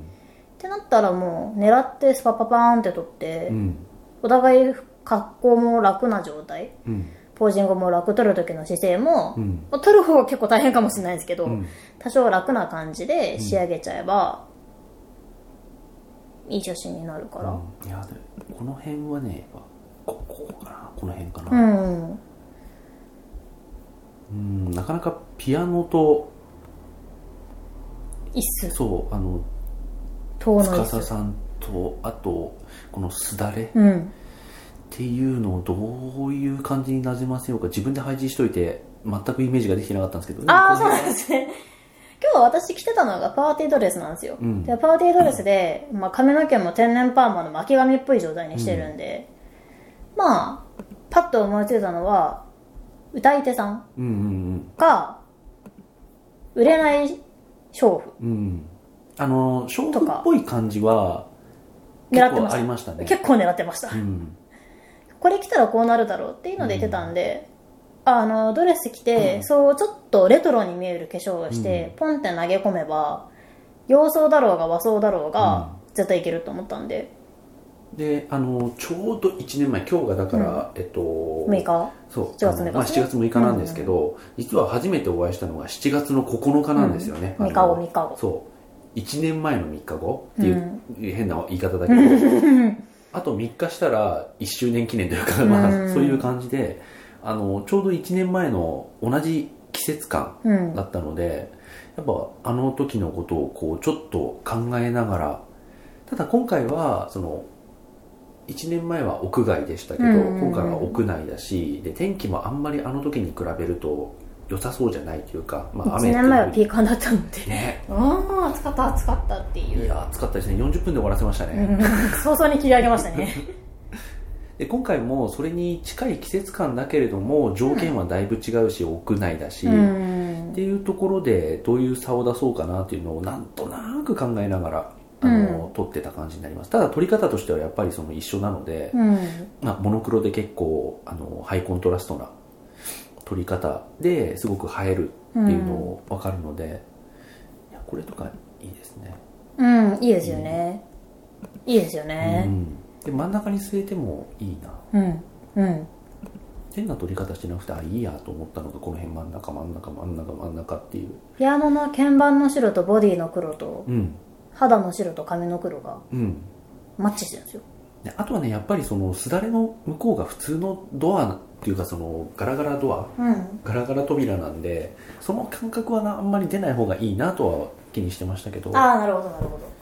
てなったらもう狙ってスパパパーンって取って、
うん
お互い格好も楽な状態
うん
ポージングも楽取る時の姿勢も、
うん
まあ取る方は結構大変かもしれないですけど、
うん
多少楽な感じで仕上げちゃえば、いい写真になるから
いやでこの辺はねこここかなこの辺か
う
な、
ん、
うん、なかなかピアノと
椅子
そうあの
塔の
司
椅子
さんとあとこのすだれっ
うん
ていうのをどういう感じになじませようか自分で配置しといて全くイメージができてなかったんですけど
ああ
こ
そう
の
なんですね今日は私着てたのがパーティードレスなんですよ、
うん
でパーティードレスで、まあ、髪の毛も天然パーマの巻き髪っぽい状態にしてるんで、まあパッと思いついたのは歌い手さん
うんうん
か売れない娼婦
うんうんあの娼
と
婦
か
っぽい感じは
狙
結
ってま
構
した
ありましたね
結構狙ってました、
うん
これ着たらこうなるだろうっていうので出てたんで、あのドレス着て、そうちょっとレトロに見える化粧をして、ポンって投げ込めば洋装だろうが和装だろうが、絶対いけると思ったんで
であのちょうど1年前今日がだから、えっと
6日
そう
7月6日
あのまあ、7月6日なんですけど、実は初めてお会いしたのが7月の9日なんですよね、
うん
あの
三日後三日後
そう1年前の3日後っていう、変な言い方だ けどあと3日したら1周年記念というか、まあ
うん
そういう感じであのちょうど1年前の同じ季節感
うん
だったので、やっぱあの時のことをこうちょっと考えながらただ今回はその1年前は屋外でしたけど、
うんうんうん
今回は屋内だしで天気もあんまりあの時に比べると良さそうじゃないというか、まあ、
1
雨っていう
年前はピーカンだったので
ね
ああ暑かった暑かったってい
いうや暑かったですね40分で終わらせましたね、
うん早々に切り上げました ね
で今回もそれに近い季節感だけれども条件はだいぶ違うし、屋内だし、
う
っ
ん
ていうところでどういう差を出そうかなっていうのをなんとなく考えながらあの、撮ってた感じになりますただ撮り方としてはやっぱりその一緒なので、
うん
まあ、モノクロで結構あのハイコントラストな撮り方ですごく映えるっていうのを分かるので、いやこれとかいいですね、
うんいいですよねいいですよ
う
ね
ん、で真ん中に据えてもいいな
うんうん
変な撮り方してなくてあいいやと思ったのがこの辺真ん中真ん中真ん中真ん中っていう
ピアノの鍵盤の白とボディの黒と
うん
肌の白と髪の黒が
うん
マッチしてるんですよ
であとはねやっぱりそのすだれの向こうが普通のドアっていうかそのガラガラドア
うん
ガラガラ扉なんでその感覚はなあんまり出ない方がいいなとは気にしてましたけど
ああなるほどなるほど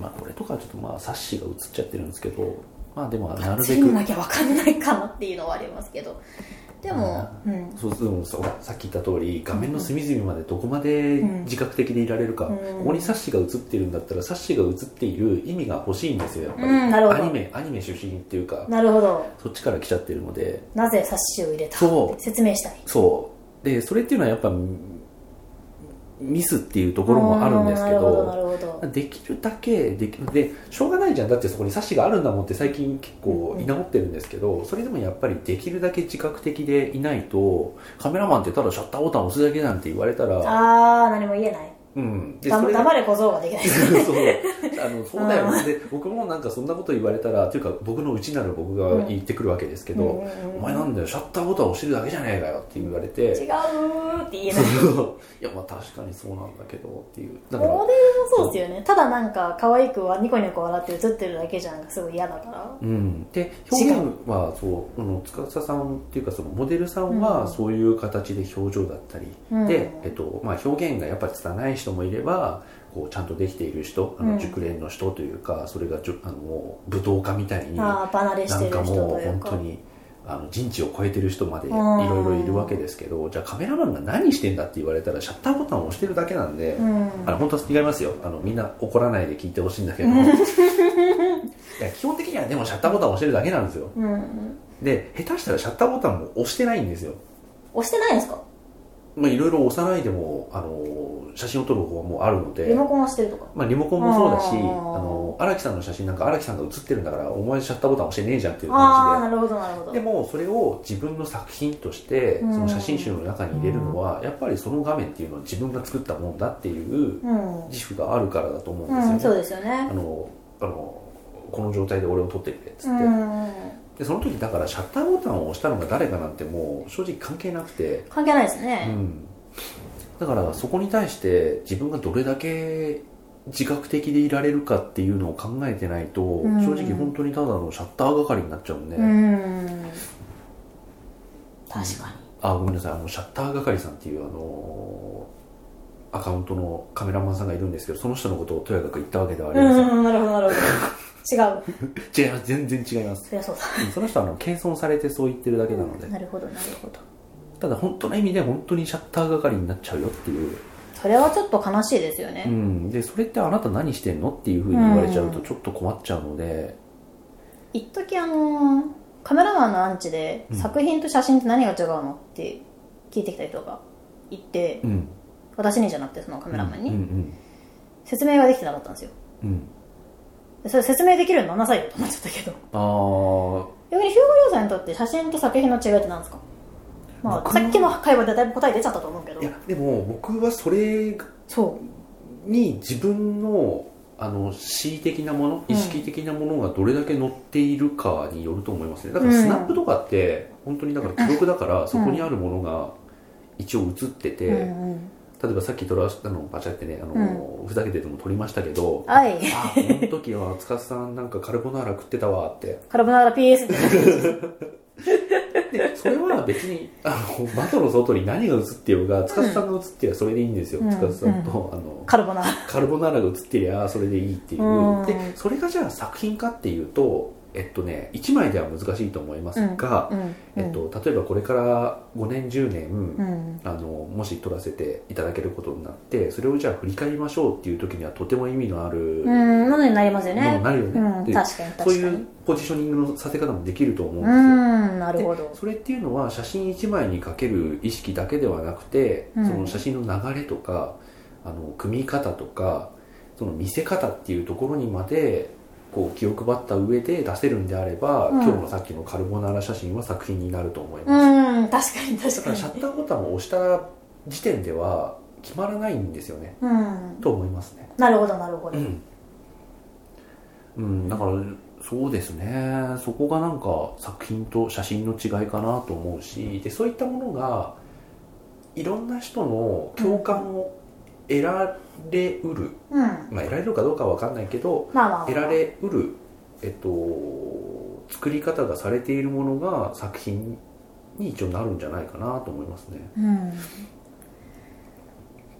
まあ、これとかはちょっとまあサッシが映っちゃってるんですけどまあでもなるべ
次見
く
なきゃ分かんないかなっていうのはありますけどでも、うん、
そうでもさほらさっき言った通り画面の隅々までどこまで自覚的でいられるか、
うん
ここにサッシが映ってるんだったらサッシが映っている意味が欲しいんですよやっぱり、
うんなるほど
アニメアニメ出身っていうか
なるほど
そっちから来ちゃってるので
なぜ冊子を入れた
そう
説明したい
そうでそれっていうのはやっぱミスっていうところもあるんですけど
あーなるほどなるほど
できるだけできでしょうがないじゃんだってそこにサッシがあるんだもんって最近結構居直ってるんですけど、それでもやっぱりできるだけ自覚的でいないとカメラマンってただシャッターボタン押すだけなんて言われたら
ああ何も言えない
うんで
黙
それ
黙れ小僧ができない
そうあ のそうだよねで僕もなんかそんなこと言われたらというか僕の内なる僕が言ってくるわけですけど、
うんうんうん
お前なんだよシャッターボタン押してるだけじゃねえかよって言われて
違うーって言えない
そういやまあ確かにそうなんだけどっていうだから
モデルもそうですよねただなんか可愛くはニコニコ笑って映ってるだけじゃんかすごい嫌だから
うん、で表現はそう、うん、司さんっていうかそのモデルさん
う
は
ん
そういう形で表情だったり、
うん
で、えっとまあ、表現がやっぱ拙い人もいればこうちゃんとできている人あ
う
の
ん
熟練の人というか、それがじゅあのもう武道家みたいにな
ああ離れして
ん
る
か
人
も
と
う
いう
本
か
当にあの人知を超えてる人までい
うん
ろいろいるわけですけどじゃあカメラマンが何してんだって言われたらシャッターボタンを押してるだけなんで。
うん
あの本当は違いますよあのみんな怒らないで聞いてほしいん だけどいや基本的にはでもシャッターボタン押してるだけなんですよ
うん
で下手したらシャッターボタンも押してないんですよ
押してないんですか
まあいろいろ押さないでもあの写真を撮る方法もあるの
リ
で
モコン押してるとか
まあ、リモコンもそうだし
あ
あ
ー
の荒木さんの写真なんか荒木さんが写ってるんだからお前シャッターボタン押してねえじゃんっていう
ああ
感
なるほどなるほ
じ
ど
ででもそれを自分の作品としてそ
うん
の写真集の中に入れるのはやっぱりその画面っていうのは自分が作ったもんだっていう
うん、
自負があるからだと思うんですよね、
うん、そうですよね
あのあのこの状態で俺を撮ってくれっつ
う
って、
ん
でその時だからシャッターボタンを押したのが誰かなんてもう正直関係なくて、
関係ないです
う
ね、
ん、だからそこに対して自分がどれだけ自覚的でいられるかっていうのを考えてないと、
ん
正直本当にただのシャッター係になっちゃうんで、
うん、確か
あごめんなさいあのシャッター係さんっていうあのアカウントのカメラマンさんがいるんですけどその人のことをとやかく言ったわけではあ
に
りません、
うんなるほどなる ほど違う
違います全然違います
そりゃそうだ
うんその人はあの謙遜されてそう言ってるだけなので、
なるほどなるほど
ただ本当の意味で本当にシャッター係になっちゃうよっていう、
それはちょっと悲しいですよ
う
ね、
ん、でそれってあなた何してんのっていうふうに言われちゃうとちょっと困っちゃうので、
一時あのーカメラマンのアンチで、
うん
作品と写真って何が違うのって聞いてきた人がいて、
うん、うん
私にじゃなくてそのカメラマンに、
うんうん
説明ができてなかったんですよ
うん
でそれ説明できるようにならなさいよと思っちゃったけど
あー
逆にヒューゴ・リョウさんにとって写真と作品の違いって何ですか、まあ、
僕
さ
の
っきの会話でだいぶ答え出ちゃったと思うけど
いやでも僕はそれ
そ
に自分のあの恣意的なもの
うん
意識的なものがどれだけ乗っているかによると思いますねだからスナップとかって本当にだから記録だからそこにあるものが一応映って
う、
て、
うんうん、
例えばさっき撮らあのバチャってねあの、ふざけてても撮りましたけど、
は
あ
い
あこの時は司さんなんかカルボナーラ食ってたわって
カルボナーラ PS って
でそれは別にあの窓の外に何が映ってようが司さんが映ってりゃそれでいいんですよ、
うん
司さんと、あの
カルボナー ラ
カルボナーラが映ってりゃそれでいいっていう、
うん
でそれがじゃあ作品かっていうとえっとね1枚では難しいと思いますが、
うん
えっと、例えばこれから5年10年、
うん
あのもし撮らせていただけることになってそれをじゃあ振り返りましょうっていう時にはとても意味のある
う
も
んものになりますよ
の
ね
になるよね、
うん、確
で
かに確か
そう
に
いうポジショニングのさせ方もできると思うん
う
ですよ、
んなるほど
でそれっていうのは写真1枚にかける意識だけではなくて、
うん
その写真の流れとかあの組み方とかその見せ方っていうところにまでこう気を配った上で出せるんであれば、
うん
今日のさっきのカルボナーラ写真は作品になると思います、
うん確かに
だ
確
か
からに
シャッターボタンを押した時点では決まらないんですよね
うん
と思いますね
なるほどなるほど、
うん、うん、だからそうですねそこがなんか作品と写真の違いかなと思うしでそういったものがいろんな人の共感を得られうる、
うん、ま
まあ、得られるかどうかは分かんないけど
あまあ
得られうる、えっと、作り方がされているものが作品に一応なるんじゃないかなと思いますね。
うん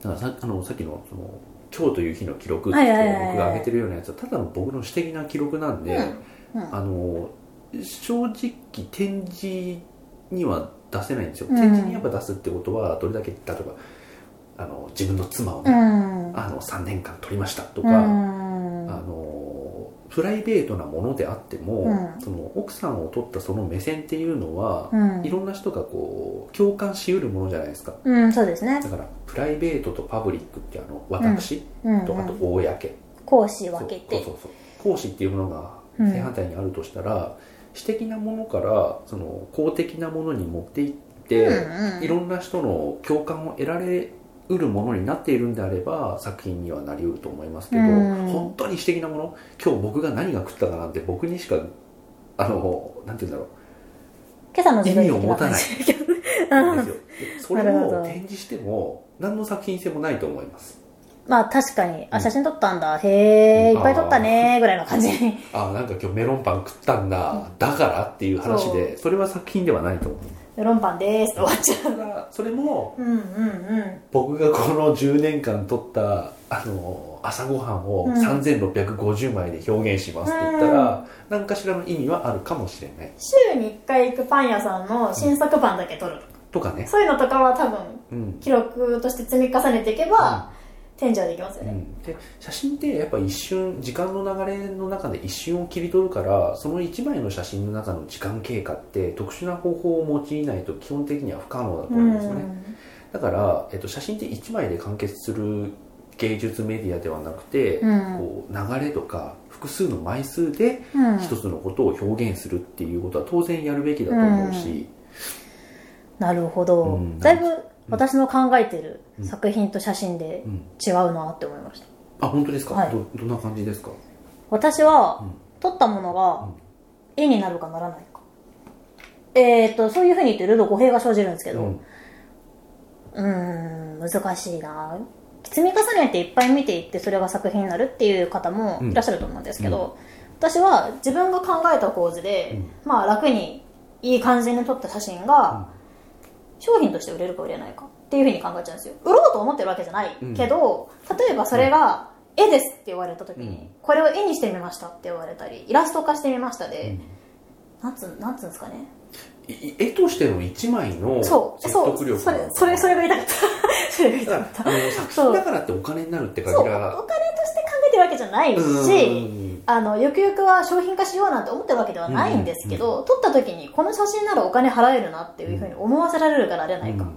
だからさあのさっきのその今日という日の記録って
はい
僕
はいはいはい
が上げてるようなやつはただの僕の私的な記録なんで、
うんうん
あの正直展示には出せないんですよ
うん
政治にやっぱ出すってことはどれだけ例えばあの自分の妻を
う
ね、
ん
あの3年間取りましたと
う
か、
ん
あのプライベートなものであっても、
うん
その奥さんを取ったその目線っていうのは、
うん
いろんな人がこう共感しうるものじゃないですか
うんそうですね
だからプライベートとパブリックってあの私
うん
とあと公、
講師
そう
分け
そ
て
うそうそう講師っていうものが
うん
正反対にあるとしたら、私的なものからその公的なものに持っていって、
うんうん
いろんな人の共感を得られうるものになっているんであれば作品にはなりうると思いますけど、
うん
本当に私的なもの今日僕が何が食ったかなんて僕にしかあのなんて言うんだろ
今朝の自分的
意味を持たない
感
う
じ
ですよでそれ
なるほ
を
ど
展示しても何の作品性もないと思います
まあ確かにあ写真撮ったんだへえ
うん
いっぱい撮ったねーぐらいの感じ に
あなんか今日メロンパン食ったんだだからっていう話でそれは作品ではないと思う
メロンパンでーすって終わっちゃ
ただそれも
ううんうん
僕がこの10年間撮ったあの朝ごはんを
うん
3650枚で表現しますって言ったら、何かしらの意味はあるかもしれない
週に1回行くパン屋さんの新作パンだけ撮るとか、
とかね
そういうのとかは多分
うん、
記録として積み重ねていけば、展示はできます
う
よね、
ん、で写真ってやっぱ一瞬時間の流れの中で一瞬を切り取るからその1枚の写真の中の時間経過って特殊な方法を用いないと基本的には不可能だと思うんですよね、だから、えっと、写真って1枚で完結する芸術メディアではなくて、
うん
こう流れとか複数の枚数で
うん
一つのことを表現するっていうことは当然やるべきだと思うし、
なるほど、
うん
だいぶ私の考えてる作品と写真で
うん
違うなって思いました
あ本当ですか、
はい
どどんな感じですか、
私は、
うん
撮ったもの
う
が
ん
絵になるかならないかえー、とそういうふうに言ってると語弊が生じるんですけ
う
ど
ん
うーん難しいな積み重ねていっぱい見ていってそれが作品になるっていう方もいらっしゃると思うんですけど、私は自分が考えた構図で、まあ楽にいい感じに撮った写真が、商品として売れるか売れないかっていうふうに考えちゃうんですよ売ろうと思ってるわけじゃないけど、例えばそれが絵ですって言われた時に、
うん
これを絵にしてみましたって言われたりイラスト化してみましたで、なんつうなんつうんですかね
いい絵としての1枚の説
そうそう
得
そ
力
れそれそれが言いたかった それが言いた
だ
かっ
から
た
あの作品だからってお金になるって感
そう、お
じ
金
が
として考えてるわけじゃないし、あの、ゆくゆくは商品化しようなんて思ってるわけではないんですけど、撮った時にこの写真ならお金払えるなっていうふうに思わせられるからあれないかっ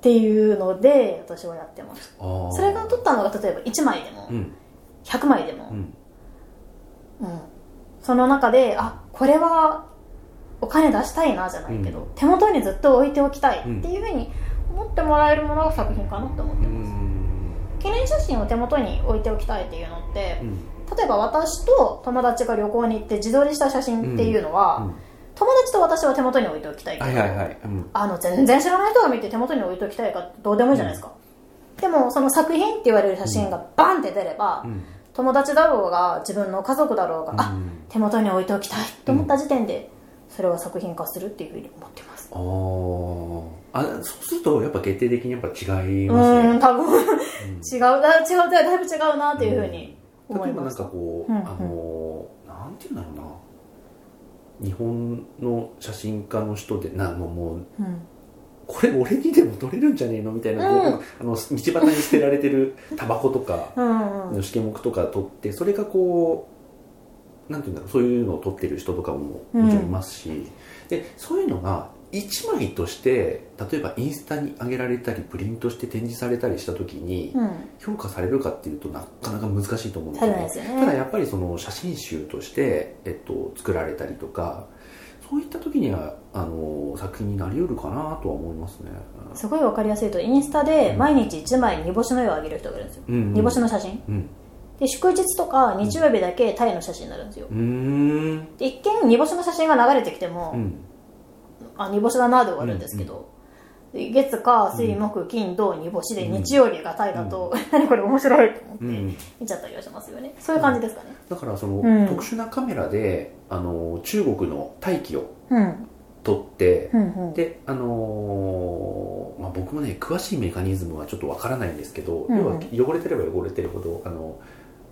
ていうので、私はやってます。そ
そ
れが撮ったのが例えば1枚でも
う、ん
100枚でも
う、ん
うんその中で、あ、これはお金出したいなじゃないけど、
うん
手元にずっと置いておきたいって
うん
いうふうに思ってもらえるものが作品かなって思っ
う
てます。
ん
記念写真を手元に置いておきたいっていうのって、
うん
例えば私と友達が旅行に行って自撮りした写真っていうのは、
うん
友達と私は手元に置いておきたいけど、
はいはいはい、うん
あの全然知らない人が見て手元に置いておきたいかどうでもいいじゃないですか、でもその作品って言われる写真がバンって出れば、
うん
友達だろうが自分の家族だろうが、あ
うん
手元に置いておきたいと思った時点で、それは作品化するっていうふうに思ってます
あーあそうするとやっぱ決定的にやっぱ違いうますね
ーん多分違うだ違うだだいぶ違うなっていうふうに思
例え
い
ば
ま
なん
す
かこう、
うんうん
あのなんていうんだろうな日本の写真家の人でなもうもう
うん
これ俺にでも撮れるんじゃねえのみたいな、
うん
こうあの道端に捨てられてるタバコとか
うんうん
の試験目とか撮ってそれがこうなんていうんだろうそういうのを撮ってる人とかももちろんいますし、でそういうのが1枚として例えばインスタに上げられたりプリントして展示されたりした時に
うん
評価されるかっていうとなかなか難しいと思うんです
さ
よ
れない
ね
ですよ
ただ
ね
やっぱりその写真集として、えっと、作られたりとかそういった時にはあの作品になりうるかなとは思いますね、
すごいわかりやすいとインスタで毎日1枚煮干しの絵をあげる人がいるんですよ
うんうん、
煮干しの写真
うん
で祝日とか日曜日だけタイの写真になるんですよ
うーん
で一見煮干しの写真が流れてきても、
うん
あ煮干しだなで終わるんですけど、で月火水木金土煮干しで日曜日がタイだと、 何これ面白いと思って
うん
見ちゃったりはしますよねそういう感じですかね
だからその、
うん
特殊なカメラであの中国の大気を
うん
撮って、
うんうん
であのーまあ、僕もね詳しいメカニズムはちょっとわからないんですけど、
うん
要は汚れてれば汚れてるほどあの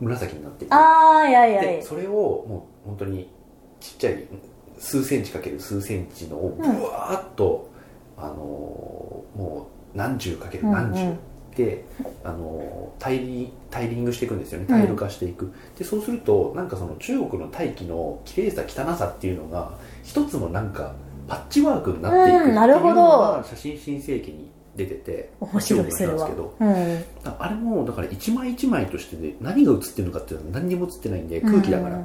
紫になっていく
ああいやいやい
で
や
それをもう本当にちっちゃい数センチかける数センチのをブワーッと、あのもう何十かける
うんうん
何十で、あのタイリタイリングしていくんですよねタイル化していく、でそうするとなんかその中国の大気の綺麗さ汚さっていうのが一つのなんかパッチワークになっていくって
う
いうんの
なるほど
が写真新世紀に出てて
面白いそれ
中国の人なんですけ
は
ど
うん
ああれもだから一枚一枚としてで何が写ってるのかっていうのは何にも写ってないんで空気だから、
うん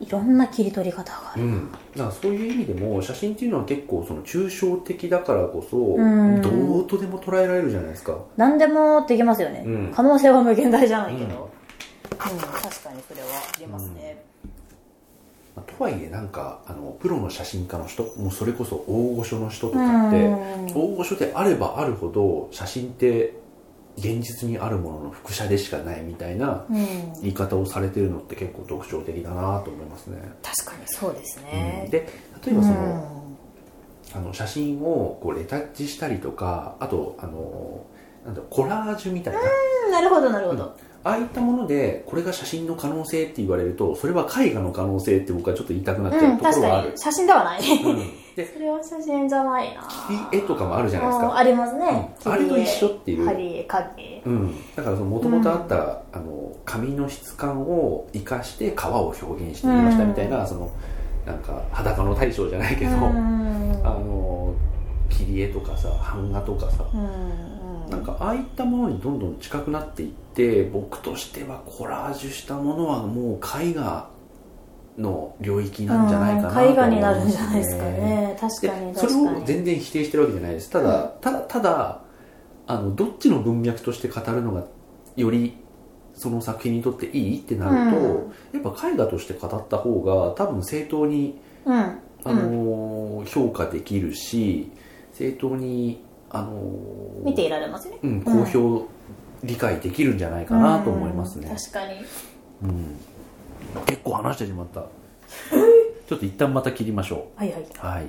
いろんな切り取り方があ
う
る、
ん、だからそういう意味でも写真っていうのは結構その抽象的だからこそ、
ん
どうとでも捉えられるじゃないですか、
何でもできますよね、
うん
可能性は無限大じゃないけど、うん確かにそれはありますね、
まあとはいえなんかあのプロの写真家の人もうそれこそ大御所の人と
うん
かって、大御所であればあるほど写真って現実にあるものの複写でしかないみたいな
うん
言い方をされてるのって結構特徴的だなと思いますね、
確かにそうです
うん
ね、
で例えばその、
うん
あの写真をこうレタッチしたりとかあとあのなんだろうコラージュみたいな、
うんなるほどなるほど、
ああいったものでこれが写真の可能性って言われるとそれは絵画の可能性って僕はちょっと言いたくなっち
う
ゃ
ん、
うとこ
確
ろがあ
か
る
に、写真ではないそ
うんで
れは写真じゃないな
切り絵とかもあるじゃないです
うん
か、
あります
う
ね、
んあれと一緒っていう、
針絵影
うん、だからもともとあった、あの紙の質感を生かして革を表現してみましたみたいな、そのなんか裸の大将じゃないけど、
うん
あの切り絵とかさ版画とかさ、
うんうん
なんかああいったものにどんどん近くなっていって僕としてはコラージュしたものはもう絵画の領域なんじゃないかなと
うん
思い
絵
ま
画
す、
になるんじゃないですかね確
で
かに
それ
確か
を
に
全然否定してるわけじゃないですただ、ただただあのどっちの文脈として語るのがよりその作品にとっていいってなると、やっぱ絵画として語った方が多分正当に
うん
あのー評価できるし正当にあのー
見ていられますね
うん、好評理解できるんじゃないかなと思います
うん
ね、
確かに
うん 結構話してしまったちょっと一旦また切りましょ
はいはいう
はい